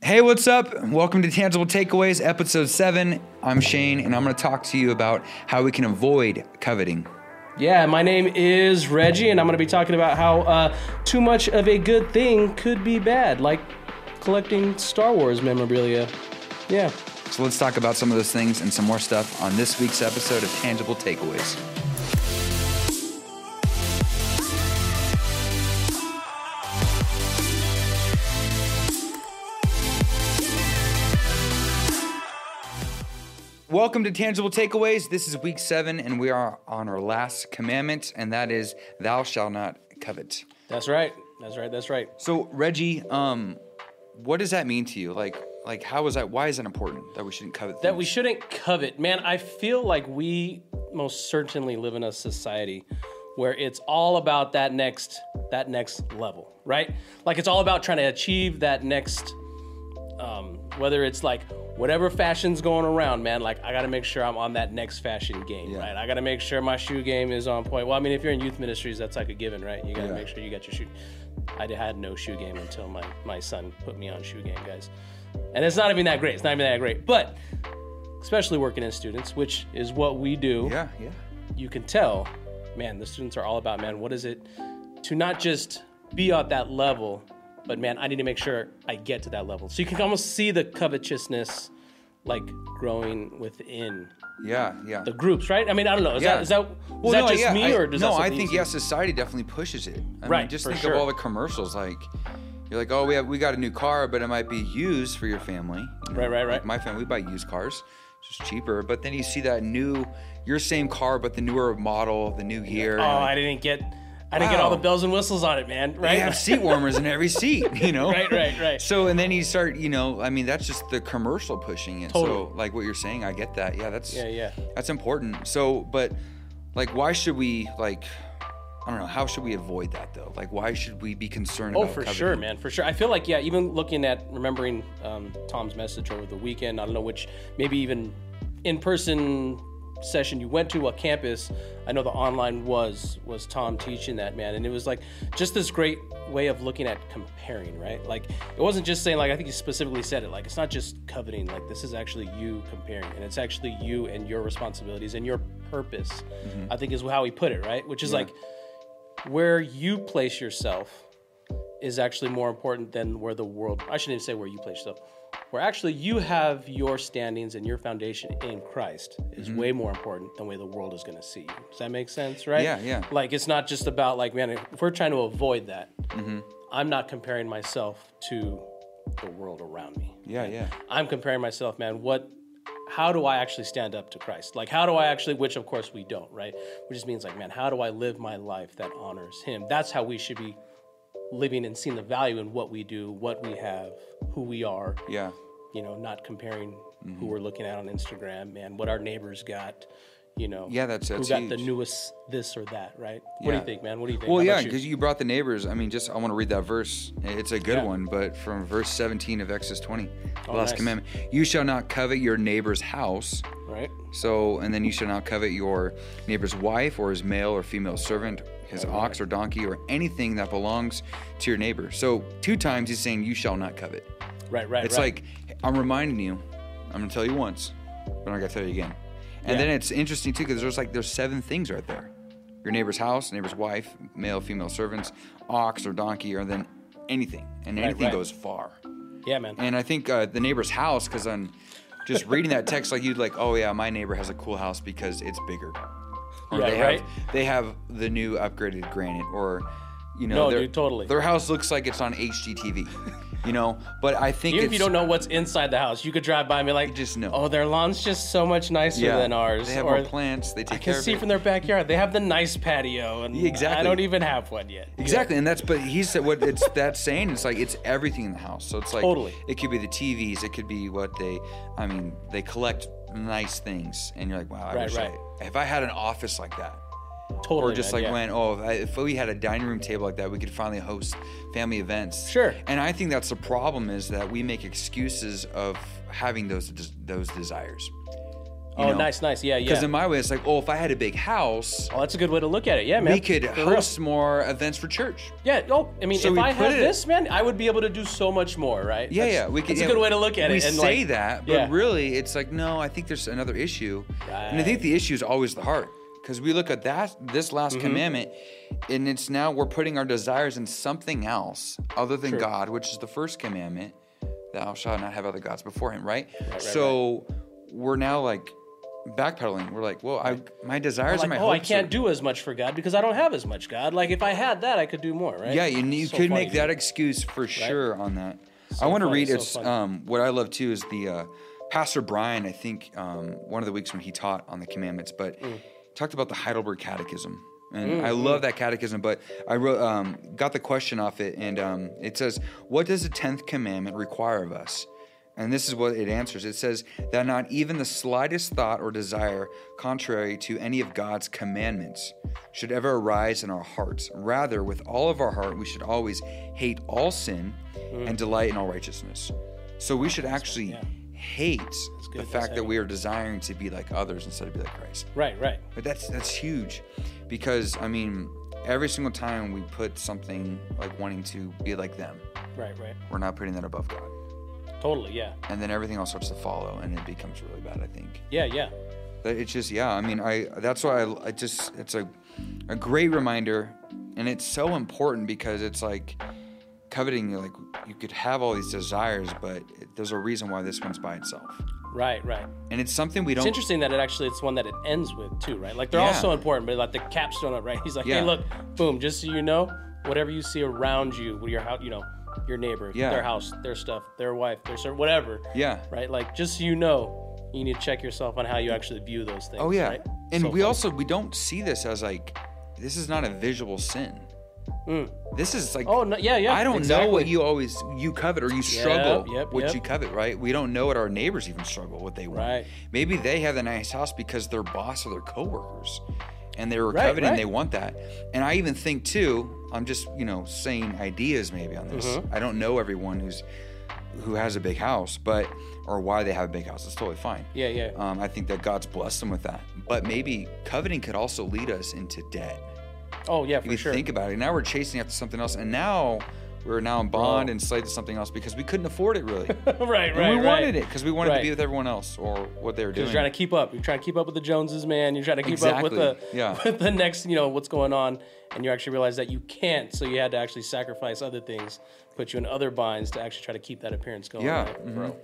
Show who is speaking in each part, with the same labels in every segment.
Speaker 1: Hey, what's up? Welcome to Tangible Takeaways, episode seven. I'm Shane, and I'm going to talk to you about how we can avoid coveting.
Speaker 2: Yeah, my name is Reggie, and I'm going to be talking about how uh, too much of a good thing could be bad, like collecting Star Wars memorabilia. Yeah.
Speaker 1: So let's talk about some of those things and some more stuff on this week's episode of Tangible Takeaways. Welcome to Tangible Takeaways. This is week seven, and we are on our last commandment, and that is, Thou shalt not covet.
Speaker 2: That's right. That's right. That's right.
Speaker 1: So, Reggie, um, what does that mean to you? Like, like how is that? Why is that important that we shouldn't covet?
Speaker 2: That we
Speaker 1: things?
Speaker 2: shouldn't covet. Man, I feel like we most certainly live in a society where it's all about that next that next level, right? Like it's all about trying to achieve that next um, whether it's like whatever fashion's going around, man, like I gotta make sure I'm on that next fashion game, right? I gotta make sure my shoe game is on point. Well, I mean, if you're in youth ministries, that's like a given, right? You gotta make sure you got your shoe. I d- had no shoe game until my my son put me on shoe game, guys, and it's not even that great. It's not even that great, but especially working in students, which is what we do
Speaker 1: Yeah, yeah.
Speaker 2: you can tell, man, the students are all about, man, what is it to not just be at that level, but man, I need to make sure I get to that level. So you can almost see the covetousness like growing within
Speaker 1: Yeah, yeah.
Speaker 2: the groups, right? I mean, I don't know. Is
Speaker 1: Yeah.
Speaker 2: that, is that, is that just
Speaker 1: yeah,
Speaker 2: me
Speaker 1: I,
Speaker 2: or does
Speaker 1: no?
Speaker 2: that
Speaker 1: I
Speaker 2: something
Speaker 1: think
Speaker 2: you
Speaker 1: yeah,
Speaker 2: see?
Speaker 1: society definitely pushes it. I Mean,
Speaker 2: Right,
Speaker 1: just
Speaker 2: for
Speaker 1: think
Speaker 2: sure.
Speaker 1: of all the commercials. Like, you're like, oh, we have we got a new car, but it might be used for your family. You know,
Speaker 2: Right, right,
Speaker 1: like
Speaker 2: right.
Speaker 1: my family, we buy used cars, it's just cheaper. But then you see that new, your same car, but the newer model, the new year.
Speaker 2: Oh, I didn't get, I didn't get all
Speaker 1: Wow.
Speaker 2: the bells and whistles on it, man.
Speaker 1: they
Speaker 2: Right?
Speaker 1: have seat warmers in every seat, you know.
Speaker 2: Right, right, right.
Speaker 1: So and then you start, you know, I mean that's just the commercial pushing it. So
Speaker 2: Totally.
Speaker 1: like what you're saying, I get that. Yeah, that's
Speaker 2: Yeah, yeah.
Speaker 1: That's important. So but like why should we like I don't know, how should we avoid that though? Like why should we be concerned
Speaker 2: Oh,
Speaker 1: about
Speaker 2: for
Speaker 1: coveting?
Speaker 2: sure, man, for sure. I feel like yeah, even looking at remembering um, Tom's message over the weekend. I don't know which, maybe even in person session you went to a campus. I know the online was was Tom teaching that man, and it was like just this great way of looking at comparing, right? Like it wasn't just saying like I think he specifically said it like it's not just coveting. Like this is actually you comparing, and it's actually you and your responsibilities and your purpose. I think is how he put it, right? Which is like where you place yourself is actually more important than where the world I shouldn't even say where you place yourself. Where actually you have your standings and your foundation in Christ is
Speaker 1: Mm-hmm.
Speaker 2: way more important than way the world is gonna see you. Does that make sense, right?
Speaker 1: Yeah, yeah.
Speaker 2: Like it's not just about like, man, if we're trying to avoid that,
Speaker 1: Mm-hmm.
Speaker 2: I'm not comparing myself to the world around me.
Speaker 1: Yeah, yeah.
Speaker 2: I'm comparing myself, man. What? How do I actually stand up to Christ? Like, how do I actually? Which, of course, we don't, right? Which just means, like, man, how do I live my life that honors Him? That's how we should be living and seeing the value in what we do, what we have, who we are.
Speaker 1: Yeah.
Speaker 2: You know, not comparing
Speaker 1: Mm-hmm.
Speaker 2: who we're looking at on Instagram, man, what our neighbors got. You know,
Speaker 1: Yeah, that's- that's
Speaker 2: who got the
Speaker 1: huge.
Speaker 2: newest this or that, right? What do
Speaker 1: Yeah.
Speaker 2: you think, man? What do you think?
Speaker 1: Well,
Speaker 2: How
Speaker 1: yeah,
Speaker 2: about you?
Speaker 1: because you brought the neighbors. I mean, just I want to read that verse. It's a good
Speaker 2: Yeah. Oh,
Speaker 1: one, but from verse 17 of Exodus 20, the last
Speaker 2: nice.
Speaker 1: commandment: You shall not covet your neighbor's house,
Speaker 2: right.
Speaker 1: So, and then you shall not covet your neighbor's wife or his male or female servant, his ox or donkey or anything that belongs to your neighbor. So, two times he's saying, You shall not covet.
Speaker 2: Right, right.
Speaker 1: It's
Speaker 2: right.
Speaker 1: like, I'm reminding you, I'm going to tell you once, but I'm going to tell you again. And
Speaker 2: Yeah.
Speaker 1: then it's interesting too, because there's like, there's seven things right there your neighbor's house, neighbor's wife, male, female servants, ox or donkey, or then anything. And anything
Speaker 2: right.
Speaker 1: goes far.
Speaker 2: yeah, man.
Speaker 1: And I think uh, the neighbor's house, because I'm just reading that text, like you'd like, oh yeah, my neighbor has a cool house because it's bigger. Or
Speaker 2: Yeah,
Speaker 1: they
Speaker 2: right.
Speaker 1: have they have the new upgraded granite, or you know,
Speaker 2: No,
Speaker 1: their,
Speaker 2: dude, totally.
Speaker 1: Their house looks like it's on HGTV, you know. But I think
Speaker 2: Even
Speaker 1: it's,
Speaker 2: if you don't know what's inside the house, you could drive by and be like,
Speaker 1: just know.
Speaker 2: Oh, their lawn's just so much nicer than ours.
Speaker 1: They have
Speaker 2: or
Speaker 1: more plants. They take
Speaker 2: I
Speaker 1: care
Speaker 2: can
Speaker 1: of
Speaker 2: see
Speaker 1: it.
Speaker 2: from their backyard. They have the nice patio, and
Speaker 1: Yeah, exactly.
Speaker 2: I don't even have one yet.
Speaker 1: Exactly, and that's but he said what it's that saying. It's like it's everything in the house. So it's like
Speaker 2: Totally.
Speaker 1: It could be the TVs. It could be what they. I mean, they collect nice things, and you're like, wow, I
Speaker 2: Right,
Speaker 1: wish
Speaker 2: right.
Speaker 1: I, if I had an office like that,
Speaker 2: Totally.
Speaker 1: or just
Speaker 2: man,
Speaker 1: like
Speaker 2: yeah.
Speaker 1: when oh, if, I, if we had a dining room table like that, we could finally host family events.
Speaker 2: Sure.
Speaker 1: And I think that's the problem is that we make excuses of having those des- those desires. you
Speaker 2: oh,
Speaker 1: know?
Speaker 2: nice, nice. Yeah, yeah.
Speaker 1: Because in my way, it's like, oh, if I had a big house,
Speaker 2: Oh, that's a good way to look at it. Yeah, man.
Speaker 1: we could
Speaker 2: For real.
Speaker 1: host more events for church.
Speaker 2: Yeah. Oh, I mean,
Speaker 1: So
Speaker 2: if
Speaker 1: we
Speaker 2: I
Speaker 1: put
Speaker 2: had
Speaker 1: it-
Speaker 2: this, man, I would be able to do so much more, right?
Speaker 1: Yeah,
Speaker 2: That's-
Speaker 1: yeah. We could,
Speaker 2: that's
Speaker 1: yeah,
Speaker 2: a good way to look at
Speaker 1: we
Speaker 2: it. and,
Speaker 1: say
Speaker 2: like,
Speaker 1: that, but
Speaker 2: yeah.
Speaker 1: really, it's like, no, I think there's another issue, and I think the issue is always the heart. Because we look at that this last
Speaker 2: Mm-hmm.
Speaker 1: commandment, and it's now we're putting our desires in something else other than God, which is the first commandment, "Thou shalt not have other gods before Him." Right. so we're now like backpedaling. We're like, well, I my desires
Speaker 2: like,
Speaker 1: and my
Speaker 2: oh, I
Speaker 1: hopes are-
Speaker 2: can't do as much for God because I don't have as much God. Like, if I had that, I could do more, right?
Speaker 1: Yeah, and you
Speaker 2: So
Speaker 1: could
Speaker 2: funny,
Speaker 1: make that excuse for sure on that. I want to
Speaker 2: funny,
Speaker 1: read
Speaker 2: so
Speaker 1: it's
Speaker 2: funny.
Speaker 1: um, what I love too is the uh, Pastor Brian. I think um, one of the weeks when he taught on the commandments, but
Speaker 2: Mm.
Speaker 1: talked about the Heidelberg Catechism, and I love that catechism. But I wrote um, got the question off it, and um, it says, "What does the tenth commandment require of us?" And this is what it answers. It says that not even the slightest thought or desire contrary to any of God's commandments should ever arise in our hearts. Rather, with all of our heart, we should always hate all sin
Speaker 2: Mm.
Speaker 1: and delight in all righteousness. So we should actually hate the
Speaker 2: good,
Speaker 1: fact
Speaker 2: that's
Speaker 1: that we are desiring to be like others instead of be like Christ.
Speaker 2: Right, right.
Speaker 1: But that's that's huge because I mean, every single time we put something like wanting to be like them,
Speaker 2: Right, right.
Speaker 1: we're not putting that above God
Speaker 2: Totally, yeah.
Speaker 1: and then everything else starts to follow and it becomes really bad i think
Speaker 2: Yeah, yeah.
Speaker 1: That it's just yeah i mean i that's why i, I just it's a, a great reminder and it's so important because it's like coveting you're like you could have all these desires but it, there's a reason why this one's by itself
Speaker 2: Right, right.
Speaker 1: and it's something we
Speaker 2: It's
Speaker 1: don't
Speaker 2: interesting that it actually it's one that it ends with too, right? Like they're all
Speaker 1: Yeah.
Speaker 2: so important, but like the capstone of it, right? He's like,
Speaker 1: Yeah.
Speaker 2: hey, look, boom, just so you know, whatever you see around you, with your house, you know, your neighbor,
Speaker 1: Yeah.
Speaker 2: their house, their stuff, their wife, their ser- whatever.
Speaker 1: yeah
Speaker 2: Right, like just so you know, you need to check yourself on how you actually view those things.
Speaker 1: oh yeah
Speaker 2: right?
Speaker 1: and
Speaker 2: So
Speaker 1: we
Speaker 2: funny.
Speaker 1: also we don't see this as like this is not a visual sin
Speaker 2: Mm.
Speaker 1: this is like
Speaker 2: Oh no, yeah, yeah.
Speaker 1: I don't
Speaker 2: exactly.
Speaker 1: know what you always you covet or you struggle
Speaker 2: yep,
Speaker 1: what
Speaker 2: yep.
Speaker 1: you covet, right? We don't know what our neighbors even struggle what they want.
Speaker 2: Right.
Speaker 1: Maybe they have the nice house because their boss or their coworkers and they were
Speaker 2: Right,
Speaker 1: coveting
Speaker 2: right.
Speaker 1: they want that. And I even think too, I'm just, you know, saying ideas maybe on this.
Speaker 2: Mm-hmm.
Speaker 1: I don't know everyone who's who has a big house, but or why they have a big house. It's totally fine.
Speaker 2: Yeah, yeah.
Speaker 1: Um, I think that God's blessed them with that. But maybe coveting could also lead us into debt
Speaker 2: oh yeah,
Speaker 1: if
Speaker 2: for
Speaker 1: you
Speaker 2: sure.
Speaker 1: think about it. Now we're chasing after something else, and now we're now in bond
Speaker 2: Bro.
Speaker 1: and slave to something else because we couldn't afford it really.
Speaker 2: right,
Speaker 1: and
Speaker 2: right,
Speaker 1: we
Speaker 2: right.
Speaker 1: wanted it because we wanted to
Speaker 2: Right.
Speaker 1: be with everyone else or what they were doing.
Speaker 2: You're trying to keep up. You're trying to keep up with the Joneses, man. You're trying to keep up with
Speaker 1: Exactly,
Speaker 2: the
Speaker 1: yeah.
Speaker 2: with the next, you know, what's going on, and you actually realize that you can't. So you had to actually sacrifice other things, put you in other binds to actually try to keep that appearance going.
Speaker 1: yeah,
Speaker 2: right,
Speaker 1: mhm.
Speaker 2: bro.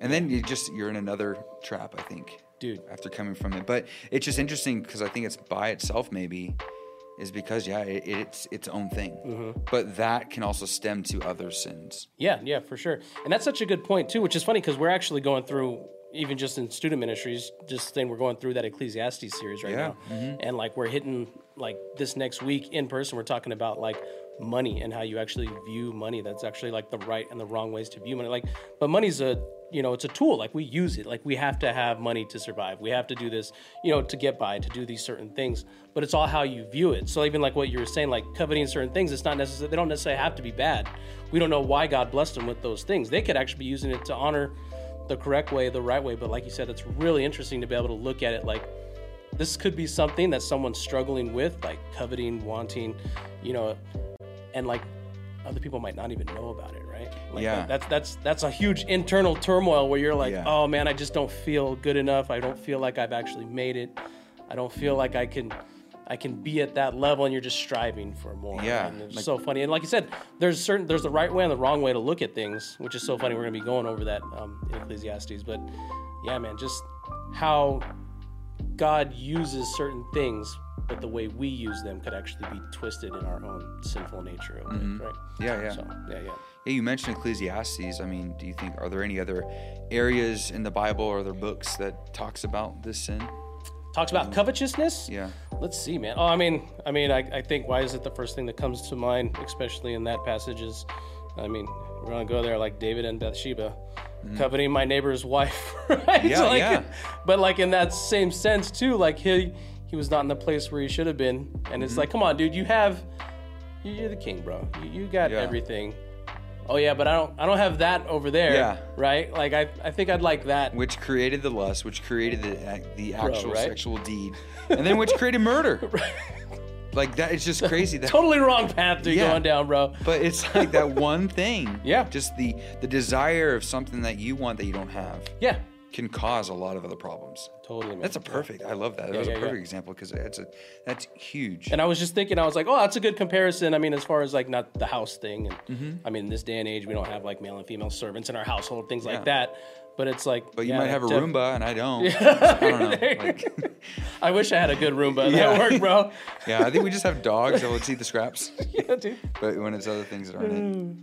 Speaker 1: And then you just you're in another trap, I think,
Speaker 2: Dude.
Speaker 1: After coming from it, but it's just interesting because I think it's by itself maybe is because yeah, it, it's its own thing,
Speaker 2: Mm-hmm.
Speaker 1: but that can also stem to other sins.
Speaker 2: Yeah, yeah, for sure. And that's such a good point too, which is funny because we're actually going through even just in student ministries, just thing we're going through that Ecclesiastes series right
Speaker 1: Yeah,
Speaker 2: now. And like we're hitting like this next week in person, we're talking about like money and how you actually view money. That's actually like the right and the wrong ways to view money. Like but money's a you know, it's a tool. Like we use it. Like we have to have money to survive. We have to do this, you know, to get by, to do these certain things. But it's all how you view it. So even like what you were saying, like coveting certain things, it's not necessarily they don't necessarily have to be bad. We don't know why God blessed them with those things. They could actually be using it to honor the correct way, the right way. But like you said, it's really interesting to be able to look at it like this could be something that someone's struggling with, like coveting, wanting, you know, and like other people might not even know about it, right? Like
Speaker 1: Yeah.
Speaker 2: that- that's that's that's a huge internal turmoil where you're like,
Speaker 1: Yeah.
Speaker 2: oh man, I just don't feel good enough. I don't feel like I've actually made it. I don't feel like I can I can be at that level and you're just striving for more.
Speaker 1: Yeah,
Speaker 2: And it's
Speaker 1: like-
Speaker 2: so funny. And like you said, there's certain there's the right way and the wrong way to look at things, which is so funny. We're gonna be going over that um, in Ecclesiastes. But yeah, man, just how God uses certain things, but the way we use them could actually be twisted in our own sinful nature, of it, right?
Speaker 1: Mm-hmm. Yeah, yeah.
Speaker 2: So, yeah, yeah.
Speaker 1: Yeah, you mentioned Ecclesiastes. I mean, do you think are there any other areas in the Bible or other books that talks about this sin?
Speaker 2: Talks about covetousness.
Speaker 1: Mm-hmm. Yeah.
Speaker 2: Let's see, man. Oh, I mean, I mean, I, I think why is it the first thing that comes to mind, especially in that passage? Is, I mean, we're gonna go there like David and Bathsheba, coveting my neighbor's wife, right?
Speaker 1: Mm-hmm. Yeah,
Speaker 2: like,
Speaker 1: yeah.
Speaker 2: But like in that same sense too, like he he was not in the place where he should have been,
Speaker 1: Mm-hmm.
Speaker 2: and it's like, come on, dude, you have, you- you're the king, bro. You, you got
Speaker 1: Yeah.
Speaker 2: everything. oh yeah, but I don't I don't have that over there.
Speaker 1: Yeah.
Speaker 2: Right? Like I, I think I'd like that.
Speaker 1: which created the lust, which created the the actual
Speaker 2: right?
Speaker 1: sexual deed, and then which created murder. Like that, it's just crazy. That,
Speaker 2: Totally wrong path you're
Speaker 1: Yeah.
Speaker 2: going down, bro.
Speaker 1: but it's like that one thing.
Speaker 2: Yeah.
Speaker 1: Just the the desire of something that you want that you don't have
Speaker 2: Yeah.
Speaker 1: can cause a lot of other problems.
Speaker 2: Totally man.
Speaker 1: That's a perfect. I love that. That was
Speaker 2: yeah,
Speaker 1: a
Speaker 2: yeah.
Speaker 1: perfect example because that's a that's huge.
Speaker 2: And I was just thinking, I was like, oh, that's a good comparison. I mean, as far as like not the house thing, and
Speaker 1: Mm-hmm.
Speaker 2: I mean, this day and age, we don't have like male and female servants in our household, things like
Speaker 1: Yeah.
Speaker 2: that. But it's like,
Speaker 1: but you
Speaker 2: yeah,
Speaker 1: might have a
Speaker 2: def-
Speaker 1: Roomba and I don't. I don't know. Like,
Speaker 2: I wish I had a good Roomba
Speaker 1: Yeah.
Speaker 2: that worked, bro.
Speaker 1: yeah, I think we just have dogs that will eat the scraps.
Speaker 2: yeah, dude.
Speaker 1: but when it's other things that aren't it.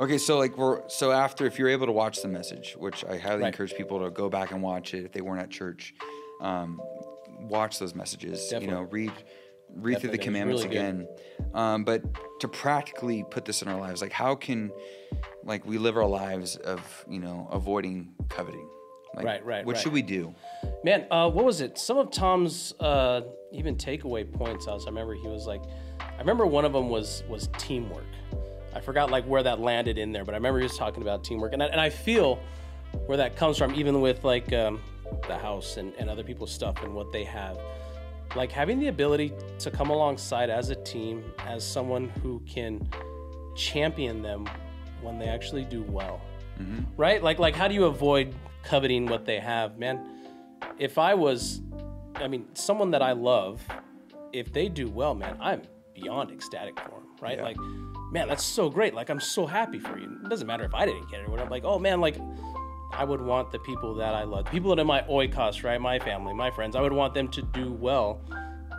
Speaker 1: Okay, so like we're so after if you're able to watch the message, which I highly
Speaker 2: Right.
Speaker 1: encourage people to go back and watch it if they weren't at church, um, watch those messages. You know, read read through the
Speaker 2: Definitely, it
Speaker 1: commandments
Speaker 2: was really
Speaker 1: again. Um, but to practically put this in our lives, like how can like we live our lives of you know avoiding coveting? Like,
Speaker 2: Right, right,
Speaker 1: What
Speaker 2: right.
Speaker 1: should we do?
Speaker 2: Man, uh, what was it? Some of Tom's uh, even takeaway points. I was, I remember he was like, I remember one of them was was teamwork. I forgot like where that landed in there, but I remember he was talking about teamwork, and I, and I feel where that comes from, even with like um, the house and, and other people's stuff and what they have. Like having the ability to come alongside as a team, as someone who can champion them when they actually do well, right? Like like how do you avoid coveting what they have, man? if I was, I mean, someone that I love, if they do well, man, I'm beyond ecstatic for them, right? Like, man, that's so great. Like, I'm so happy for you. It doesn't matter if I didn't get it or whatever. Like, oh man, like, I would want the people that I love, people that are my oikos, right? My family, my friends. I would want them to do well.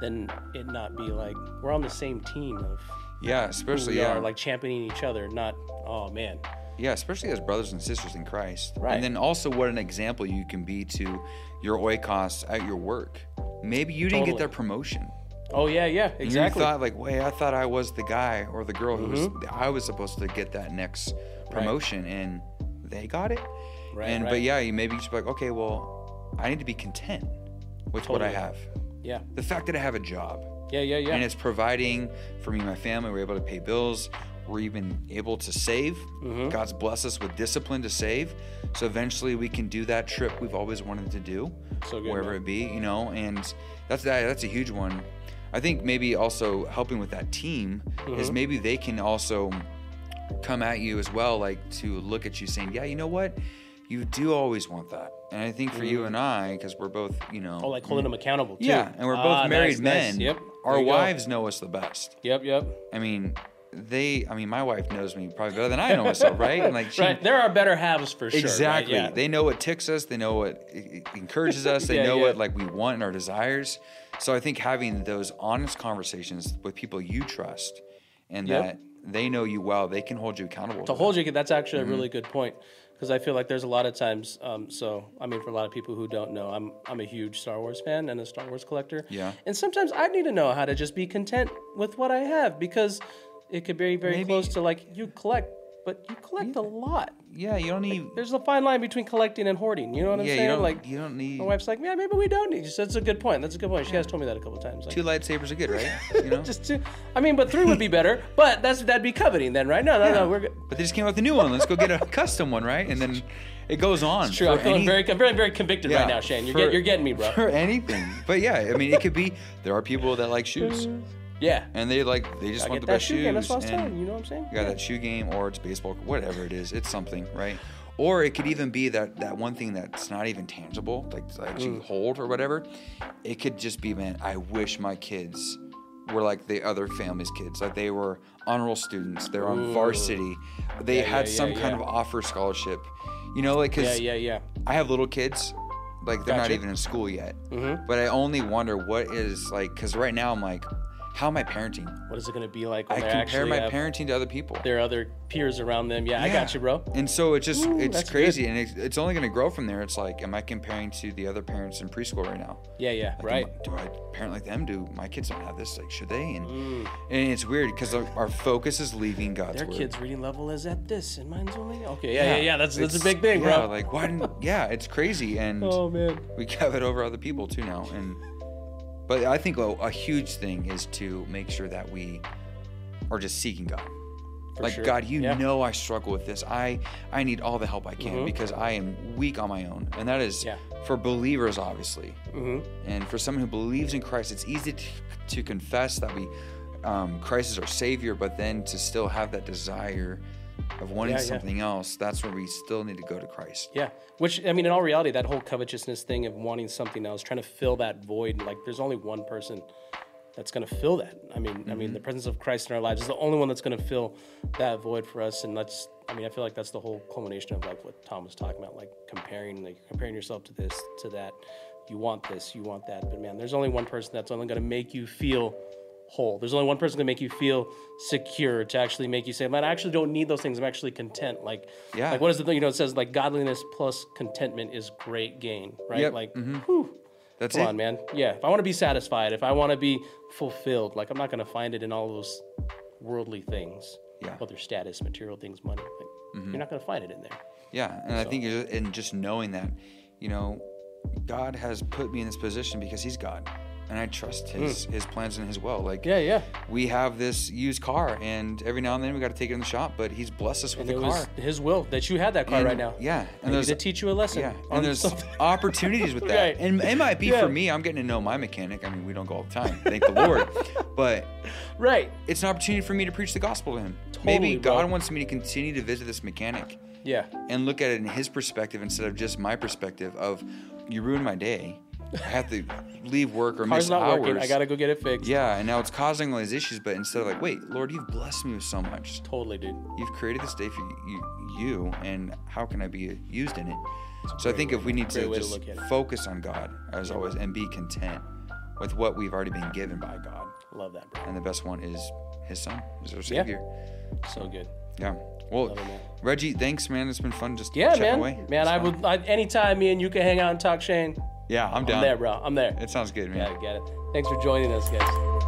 Speaker 2: Then it not be like we're on the same team of
Speaker 1: Yeah, especially
Speaker 2: we
Speaker 1: yeah,
Speaker 2: are like championing each other, not oh man,
Speaker 1: Yeah, especially as brothers and sisters in Christ.
Speaker 2: Right.
Speaker 1: And then also, what an example you can be to your oikos at your work. Maybe you didn't get
Speaker 2: Totally.
Speaker 1: that promotion.
Speaker 2: oh yeah, yeah,
Speaker 1: And
Speaker 2: exactly. Mm-hmm.
Speaker 1: You thought like, wait, I thought I was the guy or the girl who was. I was supposed to get that next promotion, and they got it.
Speaker 2: Right,
Speaker 1: And but
Speaker 2: right.
Speaker 1: yeah, you maybe you should be like, okay, well, I need to be content with what I
Speaker 2: Totally.
Speaker 1: have.
Speaker 2: yeah,
Speaker 1: The fact that I have a job
Speaker 2: yeah, yeah, yeah.
Speaker 1: and it's providing for me and my family. We're able to pay bills. We're even able to save.
Speaker 2: Mm-hmm.
Speaker 1: God's blessed us with discipline to save. So eventually we can do that trip we've always wanted to do,
Speaker 2: So good,
Speaker 1: wherever
Speaker 2: man.
Speaker 1: it be, you know. And that's that, that's a huge one. I think maybe also helping with that team
Speaker 2: Mm-hmm.
Speaker 1: is maybe they can also come at you as well, like to look at you saying, yeah, you know what, you do always want that. And I think for you and I, because we're both, you know,
Speaker 2: Mm-hmm. oh, like holding them accountable. Too.
Speaker 1: yeah, and we're both
Speaker 2: Ah,
Speaker 1: married
Speaker 2: nice,
Speaker 1: men.
Speaker 2: nice. Yep.
Speaker 1: Our
Speaker 2: There you go.
Speaker 1: wives know us the best.
Speaker 2: Yep, yep.
Speaker 1: I mean, they. I mean, my wife knows me probably better than I know myself, right? And like, she,
Speaker 2: Right, there are better halves for sure. right?
Speaker 1: exactly.
Speaker 2: Yeah.
Speaker 1: They know what ticks us. They know what e- e- encourages us. They
Speaker 2: Yeah,
Speaker 1: know
Speaker 2: yeah.
Speaker 1: what like we want and our desires. So I think having those honest conversations with people you trust, and
Speaker 2: Yep.
Speaker 1: that they know you well, they can hold you accountable.
Speaker 2: to hold you. That's actually
Speaker 1: Mm-hmm.
Speaker 2: a really good point because I feel like there's a lot of times. Um, so I mean, for a lot of people who don't know, I'm I'm a huge Star Wars fan and a Star Wars collector.
Speaker 1: Yeah.
Speaker 2: And sometimes I need to know how to just be content with what I have because it could be very
Speaker 1: Maybe-
Speaker 2: close to like you collect, but you collect a lot.
Speaker 1: Yeah, you don't need.
Speaker 2: There's a fine line between collecting and hoarding. You know what I'm
Speaker 1: yeah, you
Speaker 2: saying?
Speaker 1: don't
Speaker 2: like.
Speaker 1: like. You don't need.
Speaker 2: my wife's like, yeah, maybe we don't need. That's a good point. That's a good point. She has told me that a couple times. Like,
Speaker 1: Two lightsabers are good, right? You know.
Speaker 2: just two. I mean, but three would be better. But that's that'd be coveting then, right? No, no, no. We're good.
Speaker 1: But they just came out with a new one. Let's go get a custom one, right? And then it goes on.
Speaker 2: True.
Speaker 1: for
Speaker 2: I'm feeling
Speaker 1: any-
Speaker 2: very, I'm very, very convicted
Speaker 1: Yeah,
Speaker 2: right now, Shane. You're,
Speaker 1: for-
Speaker 2: get, you're getting me, bro.
Speaker 1: for anything. But yeah, I mean, it could be there are people that like shoes
Speaker 2: yeah.
Speaker 1: and they like they just
Speaker 2: I
Speaker 1: want
Speaker 2: get
Speaker 1: the
Speaker 2: that
Speaker 1: best
Speaker 2: shoe
Speaker 1: shoes.
Speaker 2: game. That's what I was
Speaker 1: and
Speaker 2: telling you. You know what I'm saying?
Speaker 1: You got that shoe game, or it's baseball, whatever it is. It's something, right? Or it could even be that that one thing that's not even tangible, like to
Speaker 2: Mm.
Speaker 1: actually hold or whatever. It could just be, man, I wish my kids were like the other family's kids, like they were honorable students, they're on varsity, they had
Speaker 2: yeah,
Speaker 1: some kind of
Speaker 2: yeah.
Speaker 1: offer scholarship, you know, like
Speaker 2: Yeah,
Speaker 1: because
Speaker 2: yeah, yeah.
Speaker 1: I have little kids, like they're not
Speaker 2: Gotcha. Mm-hmm.
Speaker 1: even in school yet. But I only wonder what is like, because right now I'm like, how am I parenting?
Speaker 2: What is it gonna be like
Speaker 1: I
Speaker 2: when they
Speaker 1: compare
Speaker 2: actually
Speaker 1: my
Speaker 2: have
Speaker 1: parenting to other people.
Speaker 2: their other peers around them? Yeah, I got you, bro.
Speaker 1: And so it just
Speaker 2: Ooh,
Speaker 1: it's
Speaker 2: that's
Speaker 1: crazy, and it's, it's only gonna grow from there. It's like, am I comparing to the other parents in preschool right now?
Speaker 2: Yeah, yeah,
Speaker 1: Like,
Speaker 2: right.
Speaker 1: am- do I parent like them? Do my kids don't have this? Like, should they? And and it's weird because our, our focus is leaving God's
Speaker 2: Mm. Their
Speaker 1: word.
Speaker 2: kids' reading level is at this, and mine's only okay. Yeah, yeah, yeah. that's that's a big thing,
Speaker 1: yeah,
Speaker 2: bro.
Speaker 1: Like, why didn't? Yeah, it's crazy, and
Speaker 2: oh man.
Speaker 1: we covet over other people too now and but i think a, a huge thing is to make sure that we are just seeking god like
Speaker 2: sure.
Speaker 1: God, you
Speaker 2: Yeah. Mm-hmm.
Speaker 1: know I struggle with this. I I need all the help I can because I am weak on my own, and that is
Speaker 2: Yeah.
Speaker 1: for believers, obviously,
Speaker 2: Mhm.
Speaker 1: and for someone who believes in Christ, it's easy to, to confess that we um, Christ is our Savior, but then to still have that desire of wanting
Speaker 2: Yeah, yeah.
Speaker 1: something else, that's where we still need to go to Christ.
Speaker 2: Yeah, which I mean, in all reality, that whole covetousness thing of wanting something else, trying to fill that void, like there's only one person that's going to fill that. I mean, I mean, the presence of Christ in our lives is the only one that's going to fill that void for us, and that's. I mean, I feel like that's the whole culmination of like what Tom was talking about, like comparing, like comparing yourself to this, to that. You want this, you want that, but man, there's only one person that's only going to make you feel whole. There's only one person going to make you feel secure to actually make you say, man, I actually don't need those things. I'm actually content. Like,
Speaker 1: Yeah.
Speaker 2: like what is the thing? You know, it says like godliness plus contentment is great gain, right?
Speaker 1: Yep, Mm-hmm.
Speaker 2: Like,
Speaker 1: That's
Speaker 2: Come
Speaker 1: it.
Speaker 2: on, man. Yeah. If I want to be satisfied, if I want to be fulfilled, like I'm not going to find it in all those worldly things,
Speaker 1: Yeah. Mm-hmm.
Speaker 2: other status, material things, money. Like, You're not going to find it in there.
Speaker 1: Yeah, and I think it- and just knowing that, you know, God has put me in this position because He's God, and I trust His His plans and His will. Like,
Speaker 2: Hmm. Yeah, yeah.
Speaker 1: we have this used car, and every now and then we got to take it in the shop, but He's blessed us with
Speaker 2: And it
Speaker 1: a car.
Speaker 2: was His will that you had that car
Speaker 1: And-
Speaker 2: right now.
Speaker 1: Yeah, and
Speaker 2: Maybe
Speaker 1: there's
Speaker 2: to teach you a lesson.
Speaker 1: yeah,
Speaker 2: on
Speaker 1: and there's
Speaker 2: something.
Speaker 1: opportunities with that,
Speaker 2: Right.
Speaker 1: and it might be
Speaker 2: Yeah.
Speaker 1: for me. I'm getting to know my mechanic. I mean, we don't go all the time, thank the Lord, but
Speaker 2: right.
Speaker 1: it's an opportunity for me to preach the gospel to him.
Speaker 2: Totally,
Speaker 1: Maybe God
Speaker 2: bro.
Speaker 1: wants me to continue to visit this mechanic
Speaker 2: Yeah.
Speaker 1: and look at it in his perspective instead of just my perspective of you ruined my day. I have to leave work or
Speaker 2: Car's
Speaker 1: miss
Speaker 2: not
Speaker 1: hours.
Speaker 2: working. I got to go get it fixed.
Speaker 1: yeah, and now it's causing all these issues. But instead of like, wait, Lord, you've blessed me with so much.
Speaker 2: Totally, dude.
Speaker 1: You've created this day for you, you and how can I be used in it? So I think if we need to
Speaker 2: great way to
Speaker 1: just
Speaker 2: look at it.
Speaker 1: focus on God as always and be content with what we've already been given by God,
Speaker 2: Love that, bro.
Speaker 1: and the best one is His Son, is our Savior.
Speaker 2: So good.
Speaker 1: Yeah. Well,
Speaker 2: it, man.
Speaker 1: Reggie, thanks, man. It's been fun just
Speaker 2: Yeah,
Speaker 1: chatting
Speaker 2: man.
Speaker 1: away.
Speaker 2: Man,
Speaker 1: It's
Speaker 2: I
Speaker 1: fun.
Speaker 2: would. I, anytime me and you can hang out and talk, Shane.
Speaker 1: Yeah, I'm down.
Speaker 2: I'm there, bro. I'm there.
Speaker 1: It sounds good, man.
Speaker 2: Gotta get it. Thanks for joining us, guys.